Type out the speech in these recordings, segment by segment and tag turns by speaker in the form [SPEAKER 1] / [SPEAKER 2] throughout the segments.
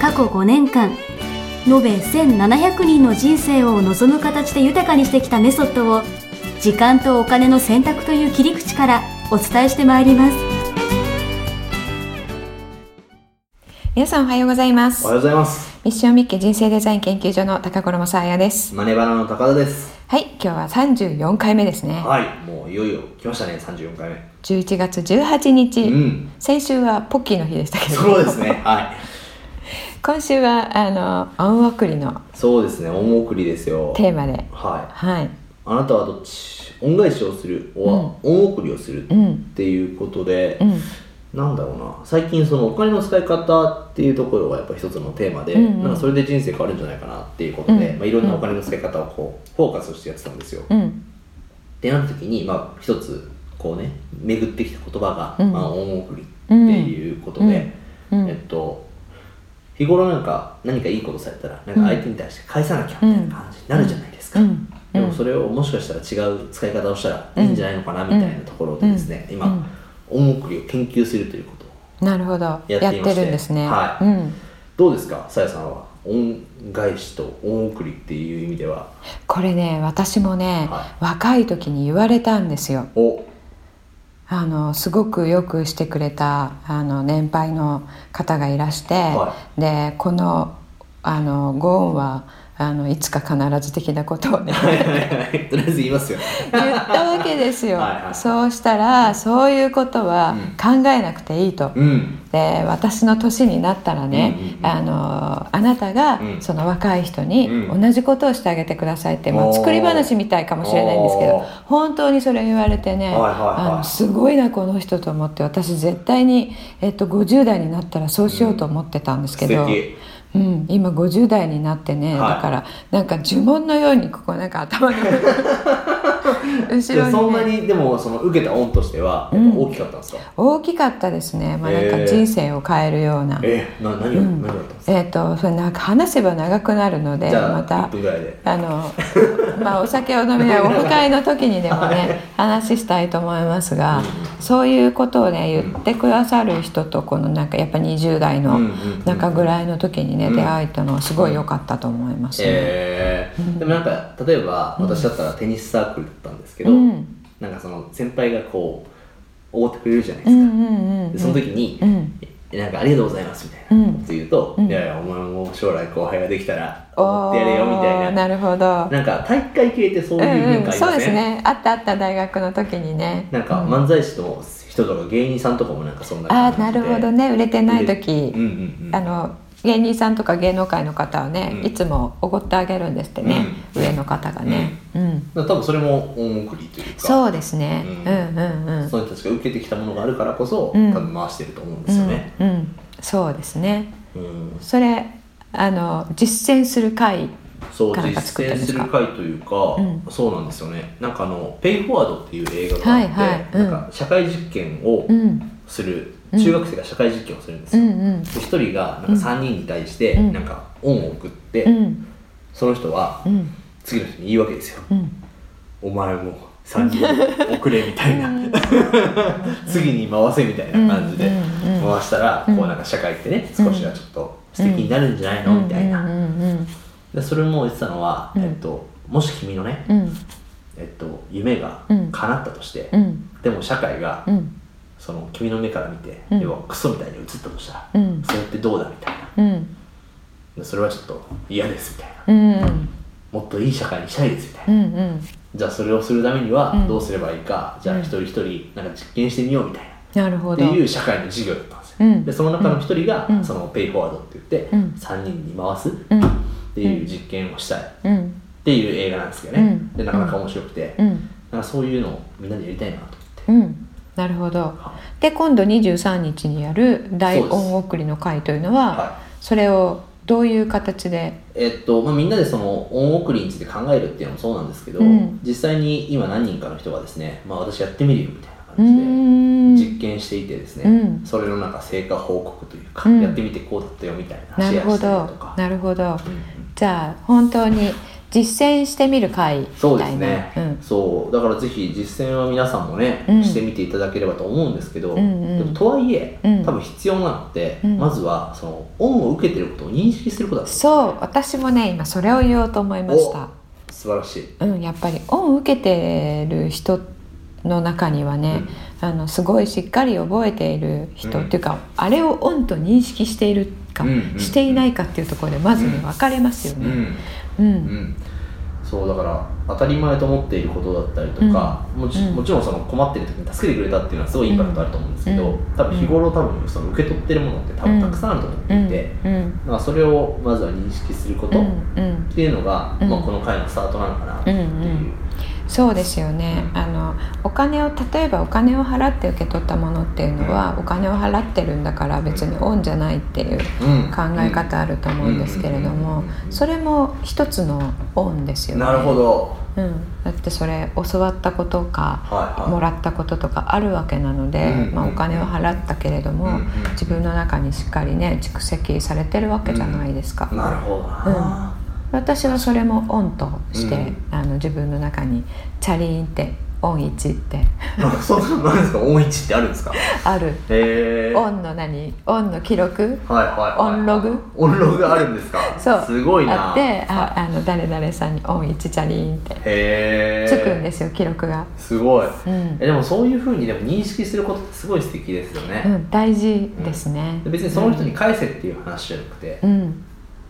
[SPEAKER 1] 過去5年間延べ1700人の人生を望む形で豊かにしてきたメソッドを時間とお金の選択という切り口からお伝えしてまいります
[SPEAKER 2] 皆さんおはようございます
[SPEAKER 3] おはようございます。
[SPEAKER 2] ミッションミッケ人生デザイン研究所の高頃もさあやです
[SPEAKER 3] マネバナの高田です。
[SPEAKER 2] はい今日は34回目ですね
[SPEAKER 3] はい、もういよいよ来ましたね、三十四回
[SPEAKER 2] 11月18日、
[SPEAKER 3] 目。うん。
[SPEAKER 2] 先週はポッキーの日でしたけど
[SPEAKER 3] そうです ね。はい。
[SPEAKER 2] 今週はあの恩送りの
[SPEAKER 3] そうですね。恩送りですよ。
[SPEAKER 2] テーマで
[SPEAKER 3] は
[SPEAKER 2] はい
[SPEAKER 3] い。あなたはどっち恩返しをする、お恩送りをする
[SPEAKER 2] う
[SPEAKER 3] っ
[SPEAKER 2] ん
[SPEAKER 3] ていうことで、
[SPEAKER 2] うん
[SPEAKER 3] なんだろうな。最近そのお金の使い方っていうところがやっぱ一つのテーマで、
[SPEAKER 2] うんうん
[SPEAKER 3] なんかそれで人生変わるんじゃないかなっていうことで、
[SPEAKER 2] うん
[SPEAKER 3] まあいろんなお金の使い方をこうフォーカスしてやってたんですよ。
[SPEAKER 2] うん
[SPEAKER 3] ってなった時に、まあ、一つこうね巡ってきた言葉が「
[SPEAKER 2] うん
[SPEAKER 3] まあ、恩送り」っていうことで、
[SPEAKER 2] うんうん
[SPEAKER 3] えっと日頃なんか何かいいことされたらなんか相手に対して返さなきゃ
[SPEAKER 2] うん
[SPEAKER 3] みたいな感じになるじゃないです
[SPEAKER 2] う
[SPEAKER 3] か、
[SPEAKER 2] んう
[SPEAKER 3] でも
[SPEAKER 2] ん
[SPEAKER 3] それをもしかしたら違う使い方をしたらいいんじゃないのかなみたいなところでですね、今恩送りを研究するということ
[SPEAKER 2] なるほど
[SPEAKER 3] てい
[SPEAKER 2] や
[SPEAKER 3] ま
[SPEAKER 2] っ
[SPEAKER 3] して
[SPEAKER 2] てるんですね
[SPEAKER 3] はい
[SPEAKER 2] うん
[SPEAKER 3] どうですかさやさんは恩返しと恩送りっていう意味では
[SPEAKER 2] これね私もね、
[SPEAKER 3] は
[SPEAKER 2] 若い時に言われたんですよ
[SPEAKER 3] お
[SPEAKER 2] あのすごくよくしてくれたあの年配の方がいらして、
[SPEAKER 3] は
[SPEAKER 2] でこのあのご恩はあのいつか必ず的なこと をね
[SPEAKER 3] はいはいはいとりあえず言いますよ
[SPEAKER 2] 言ったわけですよ
[SPEAKER 3] はいはい
[SPEAKER 2] そうしたらそういうことは考えなくていいと。
[SPEAKER 3] うん
[SPEAKER 2] で私の年になったらね、
[SPEAKER 3] うんうんうん
[SPEAKER 2] あのあなたが
[SPEAKER 3] うん
[SPEAKER 2] その若い人に
[SPEAKER 3] うん
[SPEAKER 2] 同じことをしてあげてくださいって、ま
[SPEAKER 3] お
[SPEAKER 2] あ、
[SPEAKER 3] ー
[SPEAKER 2] 作り話みたいかもしれないんですけど
[SPEAKER 3] おー
[SPEAKER 2] 本当にそれを言われてね、
[SPEAKER 3] はいはいはい
[SPEAKER 2] あのすごいなこの人と思って私絶対に、えっと、50代になったらそうしようと思ってたんですけど、
[SPEAKER 3] 素
[SPEAKER 2] うん
[SPEAKER 3] 敵
[SPEAKER 2] 今50代になってね、
[SPEAKER 3] はい
[SPEAKER 2] だからなんか呪文のようにここなんか 頭の後
[SPEAKER 3] じゃあそ
[SPEAKER 2] ろ
[SPEAKER 3] んな
[SPEAKER 2] に、ね、
[SPEAKER 3] にでもその受けた恩としては
[SPEAKER 2] うん
[SPEAKER 3] 大きかったんですか、
[SPEAKER 2] 大きかったですね、まあ、なん
[SPEAKER 3] へ
[SPEAKER 2] か
[SPEAKER 3] ー
[SPEAKER 2] 人生を変えるような。
[SPEAKER 3] えな何が、
[SPEAKER 2] うん
[SPEAKER 3] 何があったんですか、
[SPEAKER 2] えっ、とそれなんか話せば長くなるので
[SPEAKER 3] じゃあ
[SPEAKER 2] また
[SPEAKER 3] 1分ぐらいで
[SPEAKER 2] あのまあお酒を飲みなが らお迎えの時にでもね話したいと思いますがそういうことをね言ってくださる人とこのなんかやっぱ20代
[SPEAKER 3] うんう
[SPEAKER 2] の
[SPEAKER 3] んうん
[SPEAKER 2] 中ぐらいの時にね、
[SPEAKER 3] うん
[SPEAKER 2] 出会えたのはすごい良かったと思います、ね
[SPEAKER 3] えーでもなんか例えば私だったらテニスサークルだったんですけど、
[SPEAKER 2] うん
[SPEAKER 3] なんかその先輩がこうおごってくれるじゃないで
[SPEAKER 2] う
[SPEAKER 3] す
[SPEAKER 2] ん
[SPEAKER 3] か、
[SPEAKER 2] うんうん
[SPEAKER 3] でその時に、
[SPEAKER 2] うん
[SPEAKER 3] えなんかありがとうございますみたいなこと言うと、
[SPEAKER 2] うん
[SPEAKER 3] いやいやお前も将来後輩ができたら
[SPEAKER 2] お
[SPEAKER 3] 思ってやれよみた
[SPEAKER 2] ー
[SPEAKER 3] いな
[SPEAKER 2] なるほど
[SPEAKER 3] なんか体育会系ってそういう文化ありません、
[SPEAKER 2] そうですねあったあった大学の時にね
[SPEAKER 3] なんか漫才師の人とか芸人さんとかもなんかそんな
[SPEAKER 2] ああ
[SPEAKER 3] 感じで
[SPEAKER 2] なるほどね売れてない時
[SPEAKER 3] うんうんうん
[SPEAKER 2] あの芸人さんとか芸能界の方はね、
[SPEAKER 3] うん
[SPEAKER 2] いつもおごってあげるんですってね、上の方がね、うん
[SPEAKER 3] だから多分それも恩送りというか
[SPEAKER 2] そうですね、
[SPEAKER 3] うん
[SPEAKER 2] うん、うんうん
[SPEAKER 3] その人たちが受けてきたものがあるからこそ、
[SPEAKER 2] うん
[SPEAKER 3] 多分回してると思うんで
[SPEAKER 2] う
[SPEAKER 3] すよ
[SPEAKER 2] ん
[SPEAKER 3] ね、
[SPEAKER 2] うんそうですね
[SPEAKER 3] うん
[SPEAKER 2] それあの実践する会
[SPEAKER 3] そう
[SPEAKER 2] か
[SPEAKER 3] 実
[SPEAKER 2] なんか作ってる
[SPEAKER 3] 践
[SPEAKER 2] んです
[SPEAKER 3] す
[SPEAKER 2] か
[SPEAKER 3] る会というか、
[SPEAKER 2] うん
[SPEAKER 3] そうなんですよねなんかあの「ペイフォワード」っていう映画があって、
[SPEAKER 2] はいはいうん
[SPEAKER 3] なんか社会実験を
[SPEAKER 2] うん
[SPEAKER 3] する、
[SPEAKER 2] うん
[SPEAKER 3] 中学生が社会実験をするんです
[SPEAKER 2] う
[SPEAKER 3] よ、
[SPEAKER 2] んうん
[SPEAKER 3] で1人がなんか3人に対して
[SPEAKER 2] うん
[SPEAKER 3] なんか恩を送って、
[SPEAKER 2] うん
[SPEAKER 3] その人は
[SPEAKER 2] うん
[SPEAKER 3] 次の人に言うわけですよ
[SPEAKER 2] うん
[SPEAKER 3] 「お前も3人送れ」みたいな 次に回せみたいな感じで
[SPEAKER 2] うんうんうん
[SPEAKER 3] 回したらこ
[SPEAKER 2] ん
[SPEAKER 3] うなんか社会ってね少しはちょっと素敵になるんじゃないのみたいな
[SPEAKER 2] うんうん
[SPEAKER 3] でそれも言ってたのは、
[SPEAKER 2] うん
[SPEAKER 3] えっと、もし君のね、
[SPEAKER 2] うんうん
[SPEAKER 3] えっと、夢が
[SPEAKER 2] うん
[SPEAKER 3] 叶ったとして、
[SPEAKER 2] うん
[SPEAKER 3] でも社会が、
[SPEAKER 2] うん
[SPEAKER 3] その君の目から見て、
[SPEAKER 2] うん
[SPEAKER 3] 要はクソみたいに映ったとしたら、
[SPEAKER 2] うん
[SPEAKER 3] それってどうだみたいな
[SPEAKER 2] うん
[SPEAKER 3] でそれはちょっと嫌ですみたいな
[SPEAKER 2] うん
[SPEAKER 3] もっといい社会にしたいですみたいな、
[SPEAKER 2] うんうん
[SPEAKER 3] じゃあそれをするために
[SPEAKER 2] う
[SPEAKER 3] は
[SPEAKER 2] ん
[SPEAKER 3] どうすればいいか、じゃあ一人一人なんか実験してみようみたいな、
[SPEAKER 2] なるほ
[SPEAKER 3] って
[SPEAKER 2] ど
[SPEAKER 3] いう社会の授業だったんですよ、
[SPEAKER 2] うん
[SPEAKER 3] でその中の一人が、
[SPEAKER 2] うん
[SPEAKER 3] そのペイフォワードって言って、
[SPEAKER 2] うん
[SPEAKER 3] 3人に回すっ
[SPEAKER 2] うん
[SPEAKER 3] ていう実験をしたいっ
[SPEAKER 2] うん
[SPEAKER 3] ていう映画なんですけどね、
[SPEAKER 2] うん
[SPEAKER 3] でなかなか面白くて、
[SPEAKER 2] うん
[SPEAKER 3] なんかそういうのをみんなでやりたいなと思っ
[SPEAKER 2] う
[SPEAKER 3] て。
[SPEAKER 2] んなるほど
[SPEAKER 3] は
[SPEAKER 2] で今度23日にやる大
[SPEAKER 3] そうです
[SPEAKER 2] 恩送りの会というのはそ
[SPEAKER 3] は
[SPEAKER 2] れをどういう形で
[SPEAKER 3] えっとまあ、みんなでその恩送りについて考えるっていうのもそうなんですけど、
[SPEAKER 2] うん
[SPEAKER 3] 実際に今何人かの人がですね、まあ、私やってみるよみたいな
[SPEAKER 2] うー
[SPEAKER 3] 感
[SPEAKER 2] ん
[SPEAKER 3] じで実験していてですね、
[SPEAKER 2] うん
[SPEAKER 3] それのなんか成果報告というか、
[SPEAKER 2] うん
[SPEAKER 3] やってみてこうだったよみたいな
[SPEAKER 2] な
[SPEAKER 3] シ
[SPEAKER 2] る
[SPEAKER 3] ェア
[SPEAKER 2] ほ
[SPEAKER 3] したり
[SPEAKER 2] ど
[SPEAKER 3] とか、
[SPEAKER 2] なるほど
[SPEAKER 3] うん
[SPEAKER 2] じゃあ本当に実践してみる会みたいな
[SPEAKER 3] そうですね、
[SPEAKER 2] うん
[SPEAKER 3] そうだからぜひ実践は皆さんもね、
[SPEAKER 2] うん
[SPEAKER 3] してみていただければと思うんですけど、
[SPEAKER 2] うんうん
[SPEAKER 3] でもとはいえ、
[SPEAKER 2] うん
[SPEAKER 3] 多分必要なのって、
[SPEAKER 2] うん
[SPEAKER 3] まずはその恩を受けてることを認識することだと
[SPEAKER 2] そう私もね今それを言おうと思いました
[SPEAKER 3] 素晴らしい、
[SPEAKER 2] うん、やっぱり恩を受けてる人の中にはね、あのすごいしっかり覚えている人、
[SPEAKER 3] うん
[SPEAKER 2] っていうかあれを恩と認識しているか、
[SPEAKER 3] うんうんうん
[SPEAKER 2] していないかっていうところでまずね分かれますよ
[SPEAKER 3] う
[SPEAKER 2] ね。
[SPEAKER 3] ん
[SPEAKER 2] うん、
[SPEAKER 3] うん、そうだから当たり前と思っていることだったりとか、もち
[SPEAKER 2] うん
[SPEAKER 3] もちろんその困ってる時に助けてくれたっていうのはすごいインパクトあると思うんですけど、
[SPEAKER 2] うん
[SPEAKER 3] 多分日頃多分その受け取ってるものって多分たくさんあると思っていて、
[SPEAKER 2] うんうん
[SPEAKER 3] まあそれをまずは認識するこ
[SPEAKER 2] う
[SPEAKER 3] とっ
[SPEAKER 2] んうん
[SPEAKER 3] ていうのが、
[SPEAKER 2] うん
[SPEAKER 3] まあ、この回のスタートなのかなっていう、
[SPEAKER 2] うんうんそうですよねあのお金を例えばお金を払って受け取ったものっていうのはお金を払ってるんだから別に恩じゃないっていう
[SPEAKER 3] うん
[SPEAKER 2] 考え方あると思うんですけれども
[SPEAKER 3] うん
[SPEAKER 2] それも一つの恩ですよね。
[SPEAKER 3] なるほど
[SPEAKER 2] うん、だってそれ教わったことか
[SPEAKER 3] はいはい
[SPEAKER 2] もらったこととかあるわけなので、
[SPEAKER 3] うん
[SPEAKER 2] まあ、お金を払ったけれども、
[SPEAKER 3] うん
[SPEAKER 2] 自分の中にしっかりね蓄積されてるわけじゃないですか、
[SPEAKER 3] なるほどな、
[SPEAKER 2] 私はそれも恩として、
[SPEAKER 3] うん
[SPEAKER 2] あの自分の中にチャリーンって恩一って
[SPEAKER 3] なんかそうなんですか音一ってあるんですか
[SPEAKER 2] ある
[SPEAKER 3] へえ
[SPEAKER 2] 恩の何恩の記録
[SPEAKER 3] はいはいはい、
[SPEAKER 2] オンログ
[SPEAKER 3] オンログがあるんですか
[SPEAKER 2] そう
[SPEAKER 3] すごいな
[SPEAKER 2] あってああの誰々さんに恩一チャリーンって
[SPEAKER 3] へえ
[SPEAKER 2] つくんですよ、記録が、
[SPEAKER 3] すごい
[SPEAKER 2] うん
[SPEAKER 3] えでもそういうふうにでも認識することってすごい素敵ですよ
[SPEAKER 2] う
[SPEAKER 3] ね、
[SPEAKER 2] ん、大事ですね、
[SPEAKER 3] 別にその人に返せっていう話じゃなくて、
[SPEAKER 2] うん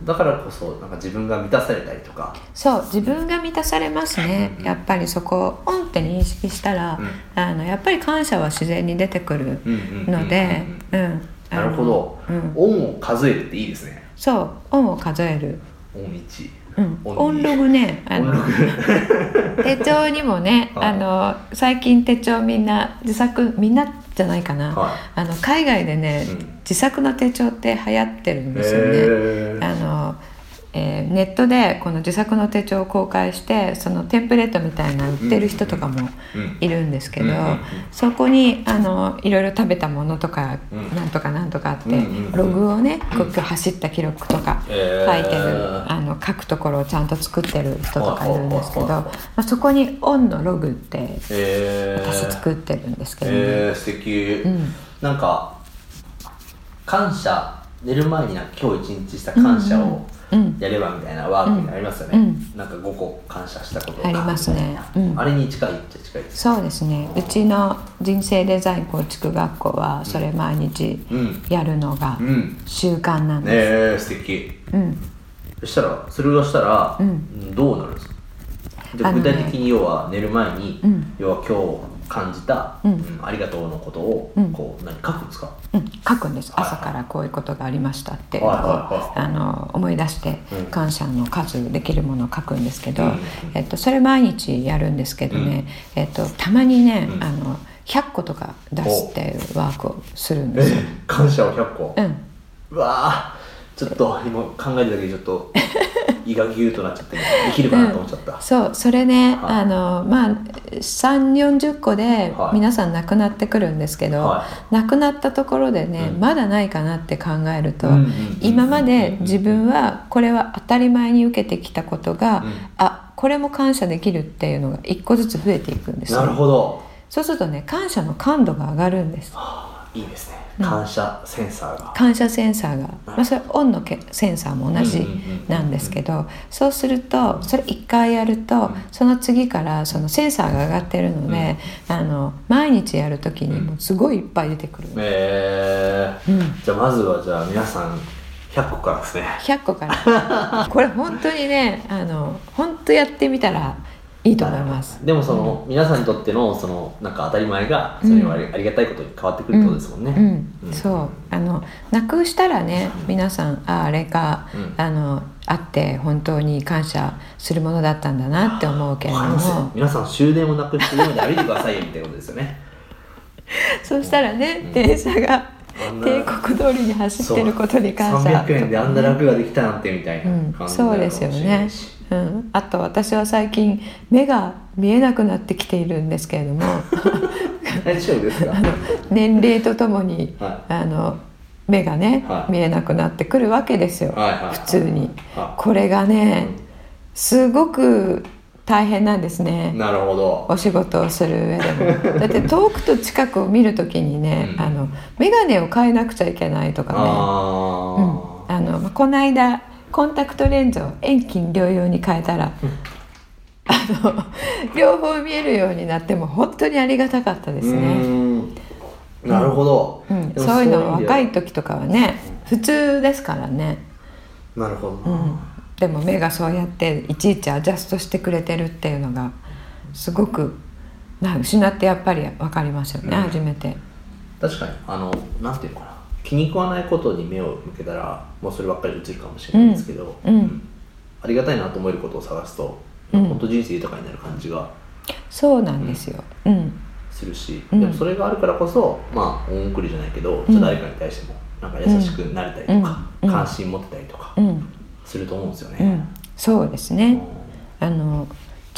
[SPEAKER 3] だからこそなんか自分が満たされたりとか
[SPEAKER 2] そう自分が満たされますね
[SPEAKER 3] うん
[SPEAKER 2] やっぱりそこをオンって認識したら、
[SPEAKER 3] う
[SPEAKER 2] あのやっぱり感謝は自然に出てくる
[SPEAKER 3] うんうんうん
[SPEAKER 2] ので
[SPEAKER 3] うん
[SPEAKER 2] うん
[SPEAKER 3] なるほど、
[SPEAKER 2] あのうん
[SPEAKER 3] 恩を数えるっていいですね
[SPEAKER 2] そうオンを数える、
[SPEAKER 3] 恩1
[SPEAKER 2] うん、
[SPEAKER 3] オン
[SPEAKER 2] オンログねあ
[SPEAKER 3] オンロ
[SPEAKER 2] の
[SPEAKER 3] グ
[SPEAKER 2] 手帳にもね
[SPEAKER 3] はい
[SPEAKER 2] あの最近手帳みんな自作みんなじゃないかな、
[SPEAKER 3] はい
[SPEAKER 2] あの海外でね、
[SPEAKER 3] うん
[SPEAKER 2] 自作の手帳って流行ってるんですよね。
[SPEAKER 3] へー
[SPEAKER 2] あのえーネットでこの自作の手帳を公開してそのテンプレートみたいなの売ってる人とかも
[SPEAKER 3] うん
[SPEAKER 2] いるんですけど、
[SPEAKER 3] うんうんうん
[SPEAKER 2] そこにあのいろいろ食べたものとか、
[SPEAKER 3] うん
[SPEAKER 2] なんとかなんとかあって、
[SPEAKER 3] うんうんうん
[SPEAKER 2] ログをね
[SPEAKER 3] うん
[SPEAKER 2] こう今日走った記録とか書いてる
[SPEAKER 3] へ、ー
[SPEAKER 2] あの書くところをちゃんと作ってる人とかいるんですけど、
[SPEAKER 3] はいはいはいはい
[SPEAKER 2] まあ、そこに「オンのログって
[SPEAKER 3] へー
[SPEAKER 2] 私作ってるんですけどね、
[SPEAKER 3] えー、素敵、
[SPEAKER 2] ん
[SPEAKER 3] なんか感謝寝る前になんか今日一日した感謝を
[SPEAKER 2] うんうん
[SPEAKER 3] やればみたいなワークになりますよね、
[SPEAKER 2] うん
[SPEAKER 3] なんか5個感謝したこと
[SPEAKER 2] ありますねうん
[SPEAKER 3] あれに近いっちゃ近いです
[SPEAKER 2] そうですねうちの人生デザイン構築学校はそれ毎日
[SPEAKER 3] うん
[SPEAKER 2] やるのが
[SPEAKER 3] うん
[SPEAKER 2] 習慣なん
[SPEAKER 3] ね
[SPEAKER 2] です、
[SPEAKER 3] え素敵
[SPEAKER 2] うん
[SPEAKER 3] そしたらそれをしたら、
[SPEAKER 2] うん
[SPEAKER 3] どうなるんですかで
[SPEAKER 2] あの
[SPEAKER 3] 具
[SPEAKER 2] ね
[SPEAKER 3] 体的に要は寝る前に、
[SPEAKER 2] うん
[SPEAKER 3] 要は今日感じた、
[SPEAKER 2] うん
[SPEAKER 3] うんありがとうのことを、
[SPEAKER 2] うん
[SPEAKER 3] こう何書くんですか、
[SPEAKER 2] うん、書くんです
[SPEAKER 3] はいはい
[SPEAKER 2] 朝からこういうことがありましたっていうのを、
[SPEAKER 3] はいはい
[SPEAKER 2] あの思い出して
[SPEAKER 3] うん
[SPEAKER 2] 感謝の数できるものを書くんですけど、
[SPEAKER 3] うん
[SPEAKER 2] えっと、それ毎日やるんですけどね、えっと、たまにね、あの100個とか出すっていうワークをするんですよ。
[SPEAKER 3] え感謝を100個、
[SPEAKER 2] うん
[SPEAKER 3] うわーちょっと今考えるだけでちょっと胃がギューとなっちゃってできるかなと思っちゃった、
[SPEAKER 2] そうそれね、
[SPEAKER 3] はい
[SPEAKER 2] あのまあ3 4 0個で
[SPEAKER 3] はい
[SPEAKER 2] 皆さん亡くなってくるんですけど、
[SPEAKER 3] は
[SPEAKER 2] 亡くなったところでね、
[SPEAKER 3] うん
[SPEAKER 2] まだないかなって考えると、
[SPEAKER 3] うんうんうん
[SPEAKER 2] 今まで自分はこれは当たり前に受けてきたことが、
[SPEAKER 3] うん
[SPEAKER 2] あこれも感謝できるっていうのが一個ずつ増えていくんですよ
[SPEAKER 3] なるほど
[SPEAKER 2] そうするとね感謝の感度が上がるんです
[SPEAKER 3] あいいですね感謝センサーが、
[SPEAKER 2] 感謝センサーが、まあ、それオンのけセンサーも同じなんですけどそうするとそれ1回やるとその次からそのセンサーが上がってるので、あの毎日やる時にもうすごいいっぱい出てくる、
[SPEAKER 3] えー
[SPEAKER 2] うん
[SPEAKER 3] じゃあまずはじゃあ皆さん100個からですね
[SPEAKER 2] 100個から これ本当にねあの本当やってみたらいいと思います。
[SPEAKER 3] でもその、皆さんにとってのそのなんか当たり前がそれはありありがたいことに変わってくるってことですもんね、
[SPEAKER 2] うん
[SPEAKER 3] うん
[SPEAKER 2] そうあのなくしたらね皆さんああれか、
[SPEAKER 3] うん
[SPEAKER 2] あのあって本当に感謝するものだったんだなって思うけれど
[SPEAKER 3] わかります
[SPEAKER 2] も
[SPEAKER 3] よ皆さん終電を なくして今まで歩いてくださいよみたいなことですよね
[SPEAKER 2] そうしたらね、
[SPEAKER 3] ん
[SPEAKER 2] 電車が
[SPEAKER 3] あんな
[SPEAKER 2] 帝国通りに走ってることに感謝
[SPEAKER 3] 300円であんな楽ができたなんてみたいな
[SPEAKER 2] うん、
[SPEAKER 3] 感じに
[SPEAKER 2] そ
[SPEAKER 3] な
[SPEAKER 2] う
[SPEAKER 3] る
[SPEAKER 2] で
[SPEAKER 3] か
[SPEAKER 2] すよ
[SPEAKER 3] もしれな
[SPEAKER 2] ね
[SPEAKER 3] いし、
[SPEAKER 2] うん、あと私は最近目が見えなくなってきているんですけれど も
[SPEAKER 3] 大丈夫ですか
[SPEAKER 2] 年齢とともに、
[SPEAKER 3] は
[SPEAKER 2] あの目がね、
[SPEAKER 3] はい
[SPEAKER 2] 見えなくなってくるわけですよ、
[SPEAKER 3] はいはいはい
[SPEAKER 2] 普通に
[SPEAKER 3] は
[SPEAKER 2] これがねすごく大変なんですね
[SPEAKER 3] なるほど
[SPEAKER 2] お仕事をする上でも だって遠くと近くを見る時にね、
[SPEAKER 3] うん
[SPEAKER 2] あの眼鏡を変えなくちゃいけないとかね
[SPEAKER 3] あ
[SPEAKER 2] う
[SPEAKER 3] ー、
[SPEAKER 2] ん、あのまあこの間コンタクトレンズを遠近両用に変えたらあの両方見えるようになっても本当にありがたかったです
[SPEAKER 3] う
[SPEAKER 2] ね、
[SPEAKER 3] ーんなるほど、
[SPEAKER 2] うん、
[SPEAKER 3] でも
[SPEAKER 2] そういうの
[SPEAKER 3] 意味では
[SPEAKER 2] 若い時とかはね普通ですからね、
[SPEAKER 3] なるほど
[SPEAKER 2] う
[SPEAKER 3] な、
[SPEAKER 2] ん、でも目がそうやっていちいちアジャストしてくれてるっていうのがすごくな失ってやっぱり分かりますよね、
[SPEAKER 3] うん
[SPEAKER 2] 初めて。
[SPEAKER 3] 確かにあのなんていうのかな気に食わないことに目を向けたらもうそればっかり映るかもしれないんですけど、
[SPEAKER 2] うんうん
[SPEAKER 3] ありがたいなと思えることを探すと、
[SPEAKER 2] うん
[SPEAKER 3] 本当人生豊かになる感じが
[SPEAKER 2] そうなんですよ、うん
[SPEAKER 3] するし、
[SPEAKER 2] うん
[SPEAKER 3] でもそれがあるからこそまあ恩送りじゃないけど、ちょっと誰かに対してもなんか優しくなれたりとか、
[SPEAKER 2] うんうん
[SPEAKER 3] 関心持ってたりとか
[SPEAKER 2] うん
[SPEAKER 3] すると思うんですよ
[SPEAKER 2] う
[SPEAKER 3] ね。
[SPEAKER 2] ん、そうですね、あの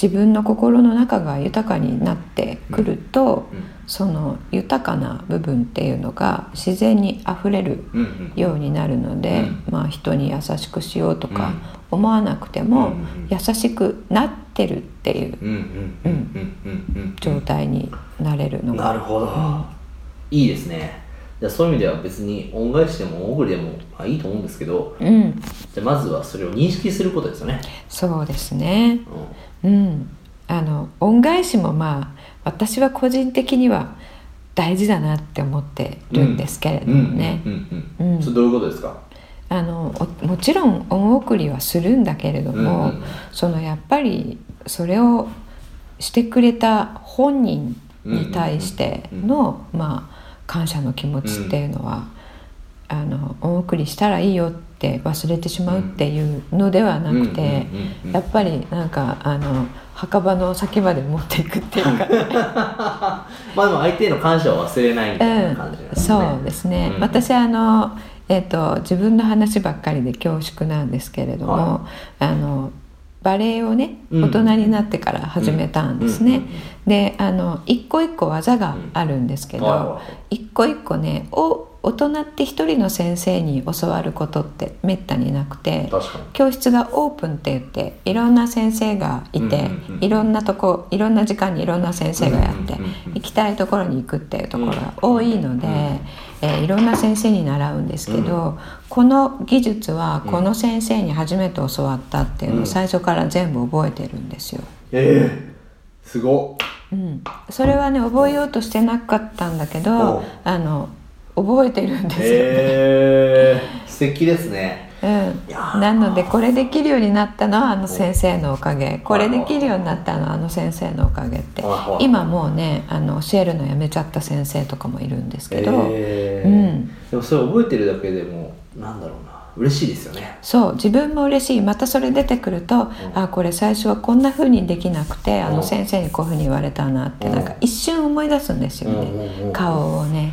[SPEAKER 2] 自分の心の中が豊かになってくると、
[SPEAKER 3] うん
[SPEAKER 2] その豊かな部分っていうのが自然にあふれる
[SPEAKER 3] うんうん
[SPEAKER 2] ようになるので、
[SPEAKER 3] うん
[SPEAKER 2] まあ、人に優しくしようとか思わなくても、
[SPEAKER 3] うんうん
[SPEAKER 2] 優しくなってるっていう
[SPEAKER 3] うんうんうんうんうん
[SPEAKER 2] 状態になれるの
[SPEAKER 3] な
[SPEAKER 2] が、
[SPEAKER 3] るほど、いいですねじゃあそういう意味では別に恩返しでも恩送りでもまあいいと思うんですけど
[SPEAKER 2] うん
[SPEAKER 3] じゃあまずはそれを認識することですよね、
[SPEAKER 2] そうですね。
[SPEAKER 3] う
[SPEAKER 2] うん、あの恩返しもまあ私は個人的には大事だなって思ってるんですけれども
[SPEAKER 3] ん、
[SPEAKER 2] ね。
[SPEAKER 3] うんう
[SPEAKER 2] うん
[SPEAKER 3] うんんそれどういうことですか
[SPEAKER 2] あのおもちろん恩送りはするんだけれども、
[SPEAKER 3] うんうん
[SPEAKER 2] そのやっぱりそれをしてくれた本人に対しての、まあ、感謝の気持ちっていうのは、あの恩送りしたらいいよって忘れてしまうっていうのではなくて、
[SPEAKER 3] うんうんうんうん
[SPEAKER 2] やっぱりなんかあの墓場の先まで持っていくっていうか。
[SPEAKER 3] まあでも相手への感謝を忘れないみたいな感じな
[SPEAKER 2] う
[SPEAKER 3] んで
[SPEAKER 2] ん、
[SPEAKER 3] すね、
[SPEAKER 2] そうですね、
[SPEAKER 3] うん
[SPEAKER 2] 私あの、えっと自分の話ばっかりで恐縮なんですけれども、
[SPEAKER 3] は
[SPEAKER 2] あのバレエをね
[SPEAKER 3] うん
[SPEAKER 2] 大人になってから始めたんですね、
[SPEAKER 3] うんうん
[SPEAKER 2] であの一個一個技があるんですけど、
[SPEAKER 3] うんはいはい
[SPEAKER 2] 一個一個ねお大人って一人の先生に教わることってめったになくて
[SPEAKER 3] 確かに
[SPEAKER 2] 教室がオープンって言っていろんな先生がいて、
[SPEAKER 3] うんうんうん
[SPEAKER 2] いろんなとこいろんな時間にいろんな先生がやって、
[SPEAKER 3] うんうんうんうん
[SPEAKER 2] 行きたいところに行くっていうところが多いので、えーいろんな先生に習うんですけど、この技術はこの先生に初めて教わったっていうの
[SPEAKER 3] う
[SPEAKER 2] を
[SPEAKER 3] ん
[SPEAKER 2] 最初から全部覚えてるんですよ。
[SPEAKER 3] ええすごっ
[SPEAKER 2] うん、それはね覚えようとしてなかったんだけ
[SPEAKER 3] お
[SPEAKER 2] ど
[SPEAKER 3] う
[SPEAKER 2] あの覚えてるんですよね。
[SPEAKER 3] ええ素敵ですね
[SPEAKER 2] うん、
[SPEAKER 3] やー
[SPEAKER 2] なのでこれできるようになったのはあの先生のおかげこれできるようになったのはあの先生のおかげって
[SPEAKER 3] はいはい
[SPEAKER 2] 今もうねあの教えるのやめちゃった先生とかもいるんですけど、
[SPEAKER 3] ええ
[SPEAKER 2] うん
[SPEAKER 3] でもそれ覚えてるだけでもなんだろうな嬉しいですよね
[SPEAKER 2] そう自分も嬉しいまたそれ出てくると、あこれ最初はこんな風にできなくてあ
[SPEAKER 3] う
[SPEAKER 2] の
[SPEAKER 3] ん
[SPEAKER 2] 先生にこういう風に言われたなって
[SPEAKER 3] うん
[SPEAKER 2] なんか一瞬思い出すんですよ
[SPEAKER 3] うんうんう
[SPEAKER 2] ね
[SPEAKER 3] ん
[SPEAKER 2] 顔をね。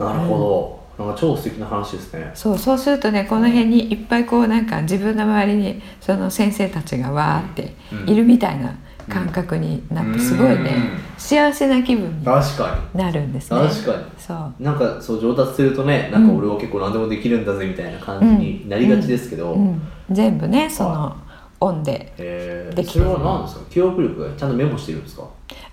[SPEAKER 3] なるほど、なんか超素敵な話ですね
[SPEAKER 2] そうそうするとねこの辺にいっぱいこうなんか自分の周りにその先生たちがわーっているみたいな感覚になってすごいね
[SPEAKER 3] う
[SPEAKER 2] 幸せな気分に
[SPEAKER 3] 確か
[SPEAKER 2] なるんですね
[SPEAKER 3] 確かに
[SPEAKER 2] そう
[SPEAKER 3] になんかそう上達するとねなんか俺は結構何でもできるんだぜみたいな感じになりがちですけど、
[SPEAKER 2] うん、全部ねそのオンで
[SPEAKER 3] え
[SPEAKER 2] で
[SPEAKER 3] ー、
[SPEAKER 2] きて
[SPEAKER 3] そ
[SPEAKER 2] る
[SPEAKER 3] れは何ですか記憶力がちゃんとメモしてるんですか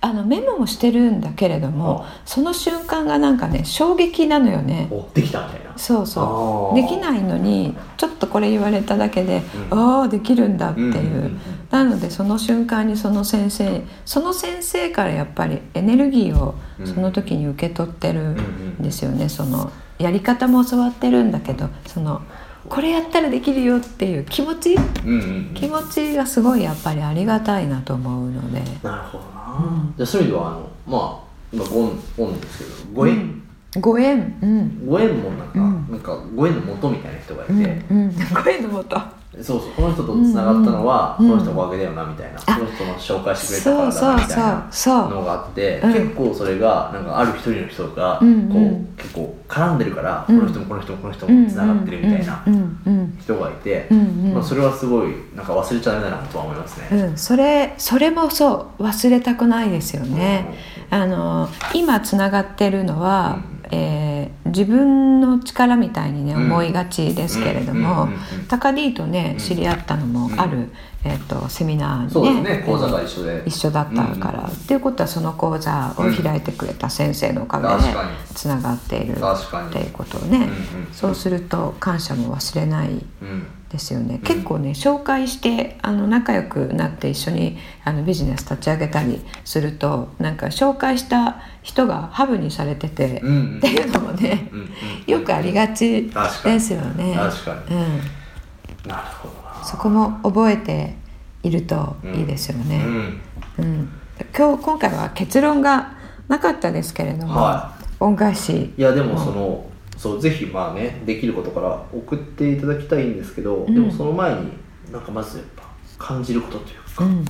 [SPEAKER 2] あのメモもしてるんだけれどもその瞬間がなんかね衝撃なのよね
[SPEAKER 3] おできたみたいな
[SPEAKER 2] そうそうでき
[SPEAKER 3] い
[SPEAKER 2] ないのにちょっとこれ言われただけで、
[SPEAKER 3] うん
[SPEAKER 2] ああできるんだっていう,、
[SPEAKER 3] うんうんうん
[SPEAKER 2] なのでその瞬間にその先生その先生からやっぱりエネルギーを
[SPEAKER 3] うん
[SPEAKER 2] その時に受け取ってるん
[SPEAKER 3] うん
[SPEAKER 2] ですよね、そのやり方も教わってるんだけどそのこれやったらできるよっていう気持ち
[SPEAKER 3] うんうんうん
[SPEAKER 2] 気持ちがすごいやっぱりありがたいなと思うので
[SPEAKER 3] なるほどな、じゃあそういう意味ではあのまあ今ごんごんですけどご縁、
[SPEAKER 2] ご縁うん
[SPEAKER 3] ご縁もなん
[SPEAKER 2] う
[SPEAKER 3] か、
[SPEAKER 2] ん
[SPEAKER 3] なんかご縁の元みたいな人がいて、
[SPEAKER 2] うん、うん、ご縁のもと
[SPEAKER 3] そうそうこの人とつながったのは、
[SPEAKER 2] うんうん
[SPEAKER 3] この人のおかげだよなみたいな、この人の紹介してくれ
[SPEAKER 2] そう
[SPEAKER 3] たから
[SPEAKER 2] そ
[SPEAKER 3] だ
[SPEAKER 2] う
[SPEAKER 3] なみたい
[SPEAKER 2] そう
[SPEAKER 3] な
[SPEAKER 2] そう
[SPEAKER 3] のがあって、
[SPEAKER 2] うん
[SPEAKER 3] 結構それがなんかある一人の人がこう、
[SPEAKER 2] うんうん
[SPEAKER 3] 結構絡んでるから、
[SPEAKER 2] うん
[SPEAKER 3] この人もこの人もこの人
[SPEAKER 2] うん
[SPEAKER 3] もつながってるみたいな
[SPEAKER 2] うんうん
[SPEAKER 3] 人がいて、
[SPEAKER 2] うんうん
[SPEAKER 3] まあ、それはすごいなんか忘れちゃダメだなとは思います
[SPEAKER 2] う
[SPEAKER 3] ね。
[SPEAKER 2] んうんそれそれもそう忘れたくないですよね。あの今つながってるのは、えー自分の力みたいにね
[SPEAKER 3] うん
[SPEAKER 2] 思いがちですけれど
[SPEAKER 3] う
[SPEAKER 2] も
[SPEAKER 3] んうんうんうん
[SPEAKER 2] タカディとね
[SPEAKER 3] うん
[SPEAKER 2] 知り合ったのもある、えー、とセミナ
[SPEAKER 3] そう
[SPEAKER 2] ー
[SPEAKER 3] です
[SPEAKER 2] に
[SPEAKER 3] ね、講座が一緒で。
[SPEAKER 2] 一緒だったから、っていうことはその講座を開いてくれた先生のおかげ
[SPEAKER 3] 確
[SPEAKER 2] で
[SPEAKER 3] かに
[SPEAKER 2] つながっている
[SPEAKER 3] 確かに
[SPEAKER 2] っていうことをね、
[SPEAKER 3] うんうん
[SPEAKER 2] そうすると感謝も忘れない
[SPEAKER 3] うん
[SPEAKER 2] ですよね、結構ね紹介してあの仲良くなって一緒にあのビジネス立ち上げたりするとなんか紹介した人がハブにされてて、
[SPEAKER 3] うんうん
[SPEAKER 2] っていうのもね、
[SPEAKER 3] うんうん
[SPEAKER 2] よくありがち
[SPEAKER 3] 確かに
[SPEAKER 2] ですよね。
[SPEAKER 3] 確かに
[SPEAKER 2] うん、
[SPEAKER 3] なるほどな。
[SPEAKER 2] そこも覚えているといいですよね。
[SPEAKER 3] うん
[SPEAKER 2] うん、今日今回は結論がなかったですけれども、
[SPEAKER 3] は
[SPEAKER 2] 恩返し
[SPEAKER 3] いやでもその、そうぜひまあねできることから送っていただきたいんですけど、
[SPEAKER 2] ん
[SPEAKER 3] でもその前になんかまずやっぱ感じることというか、
[SPEAKER 2] うん、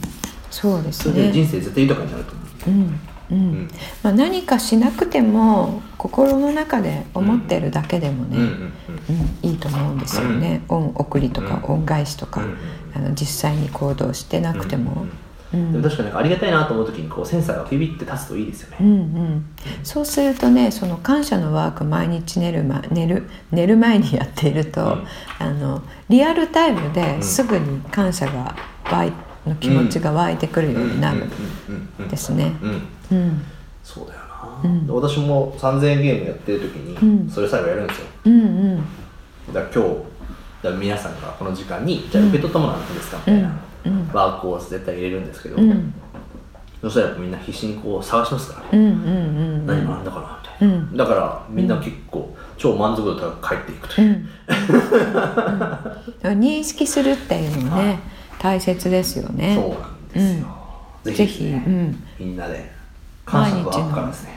[SPEAKER 2] そうで
[SPEAKER 3] そ
[SPEAKER 2] す
[SPEAKER 3] れで
[SPEAKER 2] ね。
[SPEAKER 3] 人生絶対豊かになると思う。
[SPEAKER 2] うんう
[SPEAKER 3] うんん
[SPEAKER 2] まあ、何かしなくても心の中で思ってるだけでも
[SPEAKER 3] うんうん
[SPEAKER 2] ね、うんいいと思うんですよね、恩送りとか
[SPEAKER 3] うん
[SPEAKER 2] 恩返しとか、
[SPEAKER 3] うん
[SPEAKER 2] あの実際に行動してな
[SPEAKER 3] うん
[SPEAKER 2] くても、
[SPEAKER 3] うんうん
[SPEAKER 2] うん
[SPEAKER 3] でも確かになんかありがたいなと思う時にこうセンサーがピビって立つといいですよ
[SPEAKER 2] う
[SPEAKER 3] ね。
[SPEAKER 2] んうん、そうするとねその感謝のワーク毎日寝る,、ま、寝る寝る前にやっていると、
[SPEAKER 3] うん
[SPEAKER 2] あのリアルタイム
[SPEAKER 3] う
[SPEAKER 2] で
[SPEAKER 3] ん
[SPEAKER 2] すぐに感謝が湧いの気持ちが湧いてくるようになるん
[SPEAKER 3] うんうんうんうん
[SPEAKER 2] ですね。
[SPEAKER 3] うん
[SPEAKER 2] うん
[SPEAKER 3] そうだよな、
[SPEAKER 2] うん
[SPEAKER 3] で私も3000円ゲームやってる時
[SPEAKER 2] うん
[SPEAKER 3] にそれ最後やるんですよ、
[SPEAKER 2] うんうん
[SPEAKER 3] だから今日だから皆さんがこの時間にじゃあ受け取ったものは何ですかみたいな、
[SPEAKER 2] うん
[SPEAKER 3] ワークを絶対入れるんですけど、
[SPEAKER 2] うん
[SPEAKER 3] そしたらみんな必死にこう探しますからね、
[SPEAKER 2] うんうんうん
[SPEAKER 3] 何学んだかなみたいな、
[SPEAKER 2] うん
[SPEAKER 3] だからみんな結構超満足度高く帰っていくと
[SPEAKER 2] う、
[SPEAKER 3] いうん
[SPEAKER 2] うん認識するっていうのはね、大切ですよね。
[SPEAKER 3] そうなんですよ、
[SPEAKER 2] ぜ
[SPEAKER 3] ぜ
[SPEAKER 2] ひ
[SPEAKER 3] ひ、
[SPEAKER 2] うん
[SPEAKER 3] みんなで感謝のワークからですね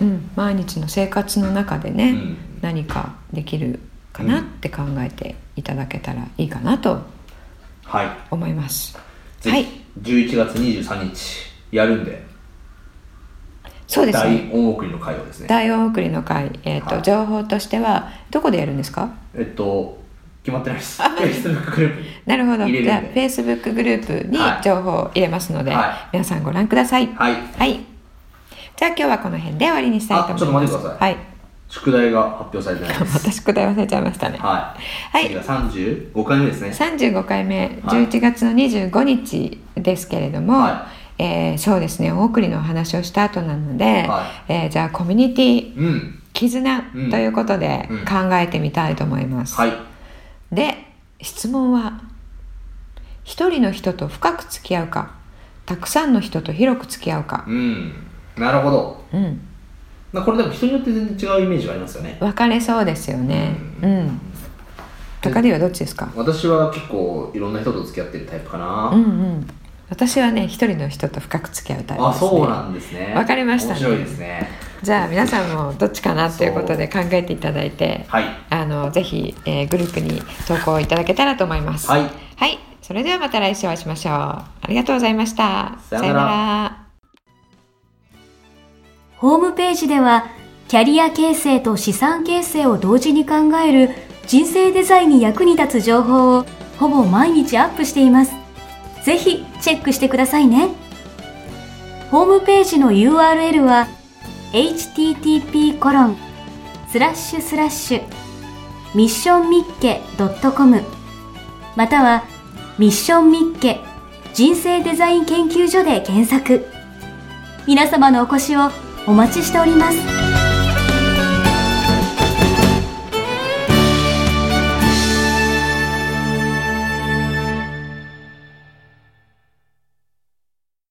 [SPEAKER 2] うん、毎日の生活の中でね、
[SPEAKER 3] うん
[SPEAKER 2] 何かできるかなって考えていただけたらいいかなと
[SPEAKER 3] はい
[SPEAKER 2] 思います。
[SPEAKER 3] ぜ
[SPEAKER 2] はい
[SPEAKER 3] ひ、11月23日やるんで
[SPEAKER 2] そうですね。
[SPEAKER 3] 大恩送りの会をですね
[SPEAKER 2] 大音送りの会、えっ、と、
[SPEAKER 3] はい
[SPEAKER 2] 情報としてはどこでやるんですか？
[SPEAKER 3] えっと決まってないです Facebook グループに
[SPEAKER 2] なるほど。
[SPEAKER 3] 入れるん
[SPEAKER 2] じ
[SPEAKER 3] で
[SPEAKER 2] ゃあ、Facebook グループに
[SPEAKER 3] はい
[SPEAKER 2] 情報を入れますので、
[SPEAKER 3] はい
[SPEAKER 2] 皆さんご覧ください。
[SPEAKER 3] はい
[SPEAKER 2] じゃあ今日はこの辺で終わりにしたいと思います。
[SPEAKER 3] あちょっと待ってくださ
[SPEAKER 2] はい。
[SPEAKER 3] 宿題が発表されてないです
[SPEAKER 2] 私答え忘れちゃいましたね。
[SPEAKER 3] はい、
[SPEAKER 2] はい
[SPEAKER 3] 次が35回目ですね
[SPEAKER 2] 35回目
[SPEAKER 3] はい
[SPEAKER 2] 11月の25日ですけれども、
[SPEAKER 3] は
[SPEAKER 2] えーそうですねお送りのお話をした後なので、
[SPEAKER 3] は
[SPEAKER 2] えーじゃあコミュニティ
[SPEAKER 3] うん
[SPEAKER 2] 絆と
[SPEAKER 3] うん
[SPEAKER 2] いうことで
[SPEAKER 3] うん
[SPEAKER 2] 考えてみたいと思います、
[SPEAKER 3] はい
[SPEAKER 2] で質問は一人の人と深く付き合うかたくさんの人と広く付き合うか、
[SPEAKER 3] うんなるほど
[SPEAKER 2] うん、
[SPEAKER 3] まあこれでも人によって全然違うイメージがありますよね
[SPEAKER 2] 分かれそうですよねうん高利はどっちですか
[SPEAKER 3] 私は結構いろんな人と付き合ってるタイプかな、
[SPEAKER 2] うんうん私はね一人の人と深く付き合うタイプです、ね、
[SPEAKER 3] あそうなんですね
[SPEAKER 2] わかりましたね
[SPEAKER 3] 面白いですね
[SPEAKER 2] じゃあ皆さんもどっちかなということで考えていただいて、
[SPEAKER 3] はい
[SPEAKER 2] あのぜひ、えーグループに投稿いただけたらと思います。
[SPEAKER 3] はい、
[SPEAKER 2] はい、それではまた来週お会いしましょう。ありがとうございました。
[SPEAKER 3] さようなら
[SPEAKER 2] ら。
[SPEAKER 1] ホームページでは、キャリア形成と資産形成を同時に考える人生デザインに役に立つ情報をほぼ毎日アップしています。ぜひチェックしてくださいね。ホームページの URL は http コロンスラッシュスラッシュミッションミッケ .com またはミッションミッケ人生デザイン研究所で検索。皆様のお越しをお待ちしております